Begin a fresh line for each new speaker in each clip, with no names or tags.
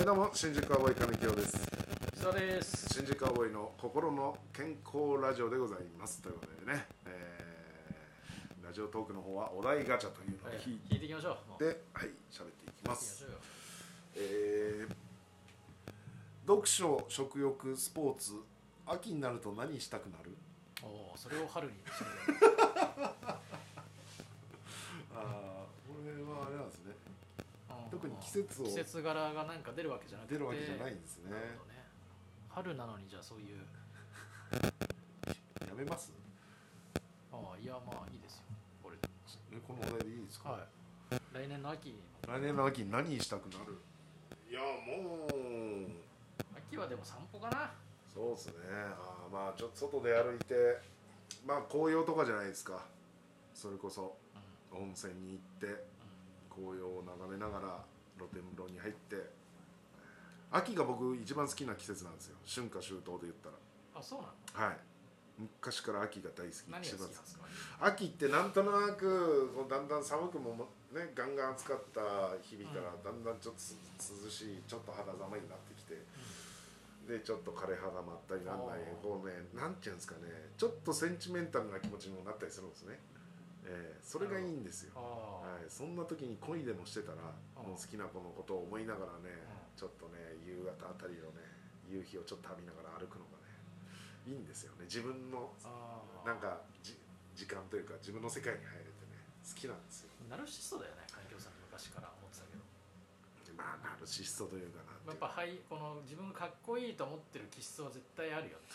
えどうも新宿アボイ金城です
久です
新宿アボイの心の健康ラジオでございますということでね、えーラジオトークの方はお題ガチャというのを
はい
引い
聞いていきましょうもう
てはい喋っていきます
聞いていきましょうよ
えー読書食欲スポーツ秋になると何したくなる
おおそれを春にして
ああこれはあれなんですね
うん
特に季節を
季節柄がなんか出るわけじゃなくて
出るわけじゃないんですね
なるほどね春なのにじゃあそういう
やめます
ああいやまあいいですよこれ
えこのお題でいいですか、
はい来年の秋に
来年の秋に何したくなるいやもう
秋はでも散歩かな
そうですねあーまあちょっと外で歩いてまあ紅葉とかじゃないですかそれこそ
うん
温泉に行って紅葉を眺めながら露天風呂に入って秋が僕一番好きな季節なんですよ春夏秋冬で言った
うんあそうなの
らはい昔から秋が大好き
何が
一
好きな
番
んですか
秋ってなんとなくこうだんだん寒くももねガンガン暑かった日々からだんだんちょっとす涼しいちょっと肌寒いになってきて、でちょっと枯れ葉がまったりなんない
あー
こうねなんていうんですかねちょっとセンチメンタルな気持ちにもなったりするんですね、えーそれがいいんですよ
あ
は
あ
い、そんな時に恋でもしてたら
うん
もう好きな子のことを思いながらね
う
ちょっとね夕方あたりのね夕日をちょっと浴びながら歩くのがねいいんですよね自分の
ああ
なんかじ時間というか自分の世界に入れてね好きなんですよ
ナルシストだよね環境さんって昔から思ってたけど
まあナルシストというかなん
やってぱはいこの自分がかっこいいと思ってる気質は絶対あるよ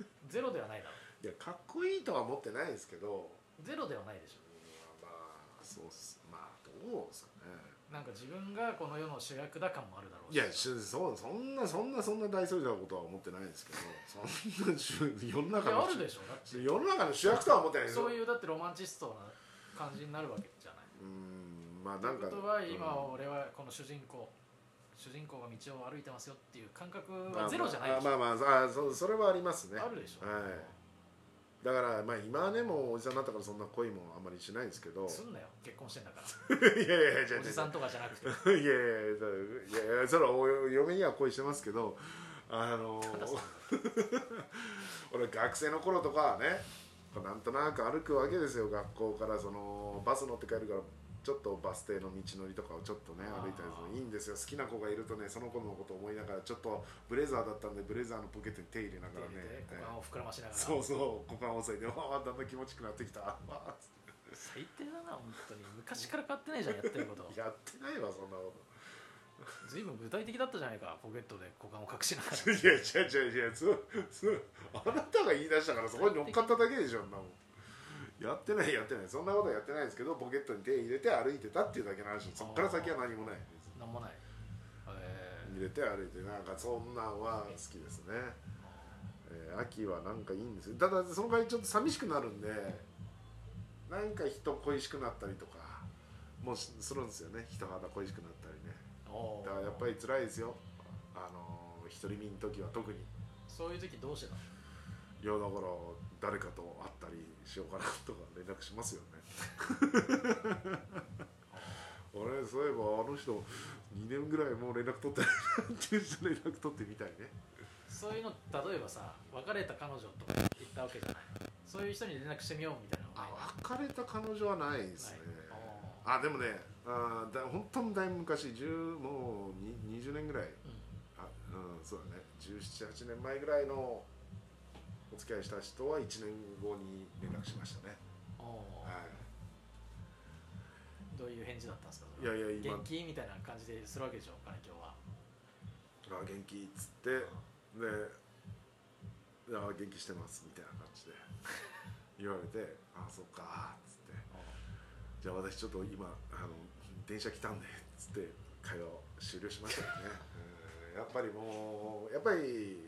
ねゼロではないだろ
い
う
やかっこいいとは思ってないですけど
ゼロではないでし
うんまあそうっすまあどうですかね
ょなんか自分がこの世の主役だ感もあるだろう
い
し
やしそうそんなそんなそんな大それたことは思ってないですけどそんな し世の
い
中
や
の
ある
主
でしょだって
世の中の主役とは思ってないですよ
そういうだってロマンチストな感じになるわけじゃない
うんまあなんか
ことは
うん
今俺はこの主人公主人公が道を歩いてますよっていう感覚
ま
は
あ
ゼロじゃない
まあ
でしょ
まあまああそうそれはありますね
あるでしょ
はいだからまあ今はねもうおじさんになったからそんな恋もあんまりしないんですけどい
すんなよ結婚してんだ から
や いやいやじゃあ
おじさんとかじゃなくて
いやいやいやいやいやそれはお嫁には恋してますけどあ の
ただその
俺学生の頃とかはねこうなんとなく歩くわけですよ学校からそのバス乗って帰るからちょっとバス停の道のりとかをちょっとね
あー
歩いたりするいいんですよ好きな子がいるとねその子のことを思いながらちょっとブレザーだったんでブレザーのポケットに手入れながらね
手入れて股間を膨らましながら
そうそう股間を押さえてわあだんだん気持ちよくなってきた わあ
最低だな本当に昔から変わってないじゃんやって ること
やってないわそんなこと
随分具体的だったじゃないかポケットで股間を隠しな がら
いや、違う違う違う、そう、 そう、あなたが言い出したから、そこに乗っかっただけでしょ、そんなもん。やってない、やってない、そんなことはやってないんですけど、ポケットに手入れて歩いてたっていうだけの話、そっから先は何もない。
なんもないえ
入れて歩いて、なんか、そんなんは好きですね。えー秋はなんかいいんですよ。ただ、その代わりちょっと寂しくなるんで。なんか人恋しくなったりとか。もうしするんですよね、人肌恋しくなったりね。
ーおー
だから、やっぱり辛いですよ。あのー、独り身の時は特に。
そういう時どうしてたの
いやだから誰かと会ったりしようかなとか連絡しますよね あれそういえばあの人2年ぐらいもう連絡取ってないなっていう人連絡取ってみたいね
そういうの例えばさ別れた彼女とか言ったわけじゃないそういう人に連絡してみようみたいなのはない
あ別れた彼女はないですね
ない
あでもねあだ本当にだいぶ昔10もうに20年ぐらいあ、うん、そうだね1718年前ぐらいのお付き合いした人は1年後に連絡しましたね、
おーお
は
ーどういう返事だったんですか
い、いやいや今
元気みたいな感じでするわけでしょ金今日
あ
は
元気っつってで「あ元気してます」みたいな感じで言われて「あそっか」っつって「じゃあ私ちょっと今あの電車来たんで」っつって会話を終了しました よねうんやっぱりもうやっぱり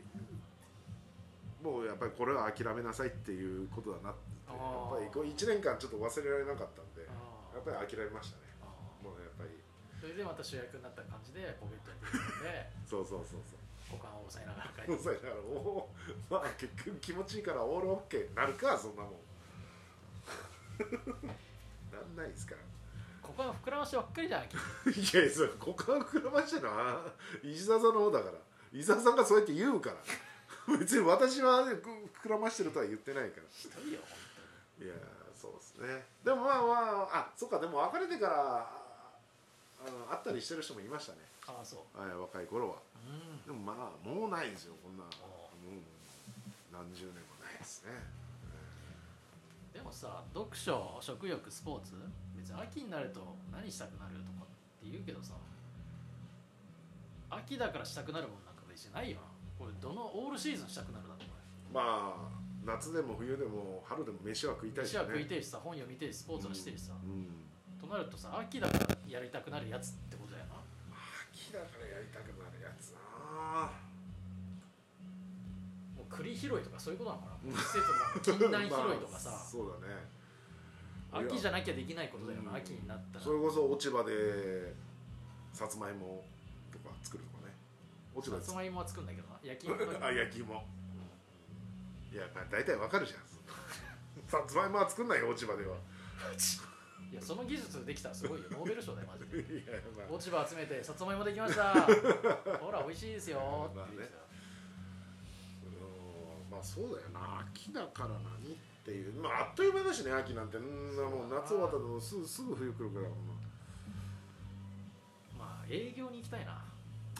もうやっぱりこれは諦めなさいっていうことだなって
あ
やっ
ー
ぱりこう1年間ちょっと忘れられなかったんで
あ
や
ー
っぱり諦めましたね
あー
もうやっぱり
それでまた主役になった感じでポケットに出てきたんで
そうそうそうそう
股間を押さえながら帰
そう
って
そうだからおーまあ結局気持ちいいからオールオッケーなるかそんなもんなんないですから
こ股間膨らましてばっかりじゃな い君
いやいやそれ股間膨らましてな石澤さんの方だから石澤さんがそうやって言うから別に私はね膨らましてるとは言ってないから
ひどいよ本
いやーそうですねでもまあまああそうかでも別れてからあの会ったりしてる人もいましたね
当にああそう
あい若い頃は
うん
でもまあもうないですよこんなも
あ
う何十年もないですね
でもさ読書食欲スポーツ別に秋になると何したくなるとかって言うけどさ秋だからしたくなるもんなんか別にないよなこれどのオールシーズンしたくなるだろこ
まあ夏でも冬でも春でも飯は食いた
れ
いし
飯
ね
は食いてるしさ本読みてるしスポーツはしてるしさ、
うん
となるとさ秋だからやりたくなるやつってことだよな
秋だからやりたくなるやつな
もう栗拾いとかそういうことなのかな季節も禁断拾いとか さ、
まあそうだね
秋じ
ゃ
ゃなきゃできないことだよな、
うん
秋になったら
それこそ落ち葉でさつまいもとか作るとかね落ち葉
さ
で
つ
作
まいもは作るんだけどな焼き 芋と
る
か
あ焼き芋いやまあ大体わかるじゃん さつまいもは作んないよ落ち葉では
いやその技術できたらすごいよノーベル賞だよマジ
い
で
やまあ
落ち葉集めてさつまいもできました ほら美味しいですよって言ってさ
うんまあそうだよな秋だから何っていうまああっという間だしね秋なんてうんもう夏終わったとすぐすぐ冬来るから
まあ営業に行きたいな、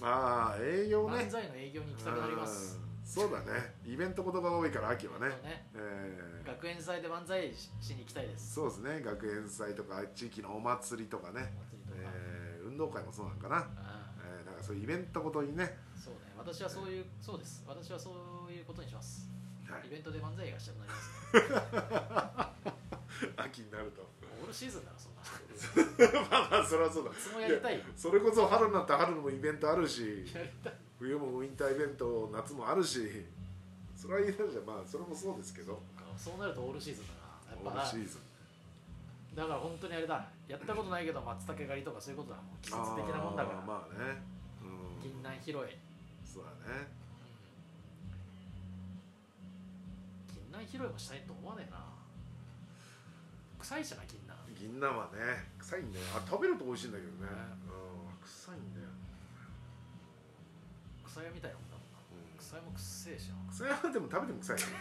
ああ営業ね
漫才の営業に行きたくなります
うんそうだねイベントことが多いから秋はね
そうね
えー
学園祭で漫才ししに行きたいです
そうですね学園祭とか地域のお祭りとかね
お、祭りとか、
えー運動会もそうなんかな、
ああ
えーなんかそういうイベントごとにね、
そうね私はそういうそうです私はそういうことにします
は
イベントで漫才がしたくなります
い、秋になると
オールシーズンだろそんない
まあまあそれはそうだ
つもやりたいよ
それこそ春になったら春にもイベントあるし
やりたい
冬もウィンターイベント夏もあるしそれはいいなじゃんまあそれもそうですけど
そうなるとオールシーズンだ
オー
なや
ル
っぱ
シ
な
ーズン
だから本当にあれだやったことないけど松茸狩りとかそういうことだもん季節的なもんだから、
あーまあねうん
銀杏拾い、
そうだね
銀杏拾いもしたいと思わねえな臭いしな銀杏
銀杏はね臭いんだよあ食べると美味しいんだけどね、
ね
うん臭いんだよ、
臭いみたいなもんだもんな臭いもくっせえしな
臭いはでも食べても 臭いよ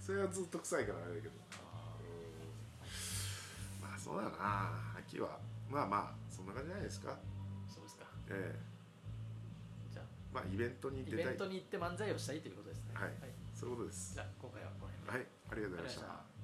それはずっと臭いからあれだけどうんまあそうだな秋はまあまあそんな感じじゃないですか
そうですか
ええ
じゃあ
まあイベントに
イ
出
ベ
たい
ントに行って漫才をしたいということですね
はいそういうことです
じゃあ今回はこの辺で
はいありがとうございまし
ありがとうございましたた